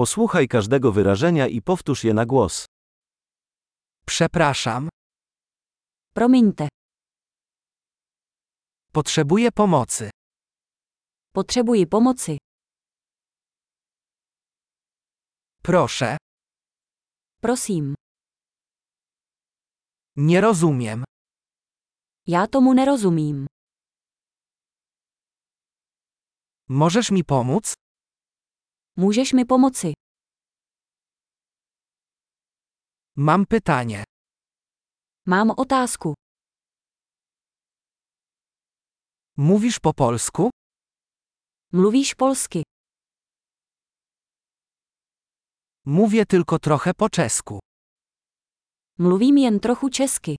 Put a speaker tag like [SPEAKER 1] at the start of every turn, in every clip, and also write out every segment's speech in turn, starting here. [SPEAKER 1] Posłuchaj każdego wyrażenia i powtórz je na głos.
[SPEAKER 2] Przepraszam,
[SPEAKER 3] Promiňte,
[SPEAKER 2] potrzebuję pomocy.
[SPEAKER 3] potřebuji pomoci.
[SPEAKER 2] Proszę,
[SPEAKER 3] Prosím,
[SPEAKER 2] nie rozumiem.
[SPEAKER 3] já tomu nerozumím.
[SPEAKER 2] Możesz mi pomóc?
[SPEAKER 3] Můžeš mi pomoci?
[SPEAKER 2] Mam pytanie.
[SPEAKER 3] Mám otázku.
[SPEAKER 2] Mówisz po polsku?
[SPEAKER 3] Mluvíš polsky?
[SPEAKER 2] Mówię tylko trochę po czesku.
[SPEAKER 3] Mluvím jen trochu česky.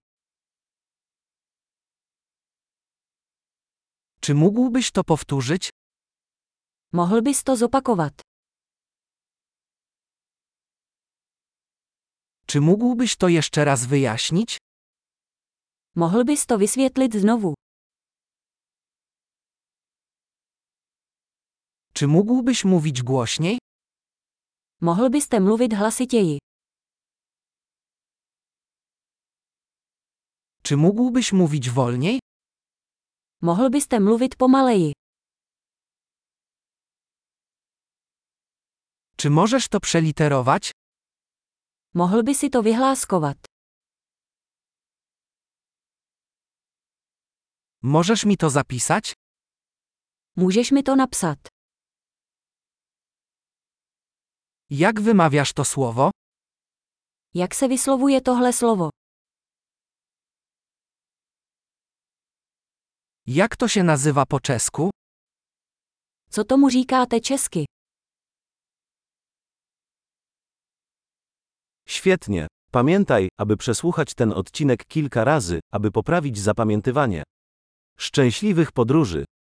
[SPEAKER 2] Czy mógłbyś to powtórzyć?
[SPEAKER 3] Mohl bys to zopakovat?
[SPEAKER 2] Czy mógłbyś to jeszcze raz wyjaśnić?
[SPEAKER 3] Mohl bys to vysvětlit znovu?
[SPEAKER 2] Czy mógłbyś mówić głośniej?
[SPEAKER 3] Mohl byste mluvit hlasitěji?
[SPEAKER 2] Czy mógłbyś mówić wolniej?
[SPEAKER 3] Mohl byste mluvit pomaleji?
[SPEAKER 2] Czy możesz to przeliterować?
[SPEAKER 3] Mohl by si to vyhláskovat?
[SPEAKER 2] Możesz mi to zapisać?
[SPEAKER 3] Můžeš mi to napsat?
[SPEAKER 2] Jak wymawiasz to słowo?
[SPEAKER 3] Jak se vyslovuje tohle slovo?
[SPEAKER 2] Jak to się nazywa po czesku?
[SPEAKER 3] Co tomu říkáte česky?
[SPEAKER 1] Świetnie. Pamiętaj, aby przesłuchać ten odcinek kilka razy, aby poprawić zapamiętywanie. Szczęśliwych podróży!